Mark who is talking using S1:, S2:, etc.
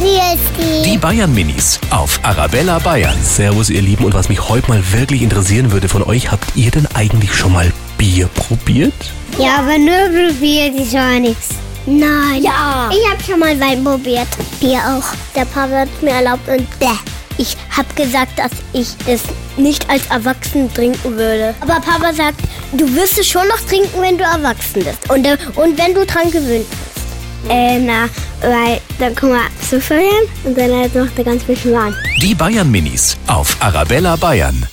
S1: Wie ist
S2: Die Bayern Minis auf Arabella Bayern.
S3: Servus, ihr Lieben. Und was mich heute mal wirklich interessieren würde von euch, habt ihr denn eigentlich schon mal Bier probiert?
S1: Ja, aber nur probiert ist auch nichts. Nein. Ja. Ich habe schon mal Wein probiert. Bier auch. Der Papa hat mir erlaubt und bäh. Ich habe gesagt, dass ich es nicht als Erwachsen trinken würde. Aber Papa sagt, du wirst es schon noch trinken, wenn du erwachsen bist. Und, äh, und wenn du dran gewöhnt bist. Äh, na, weil dann kommen wir zu Feiern und dann halt noch der ganz bisschen Wein.
S2: Die Bayern Minis auf Arabella Bayern.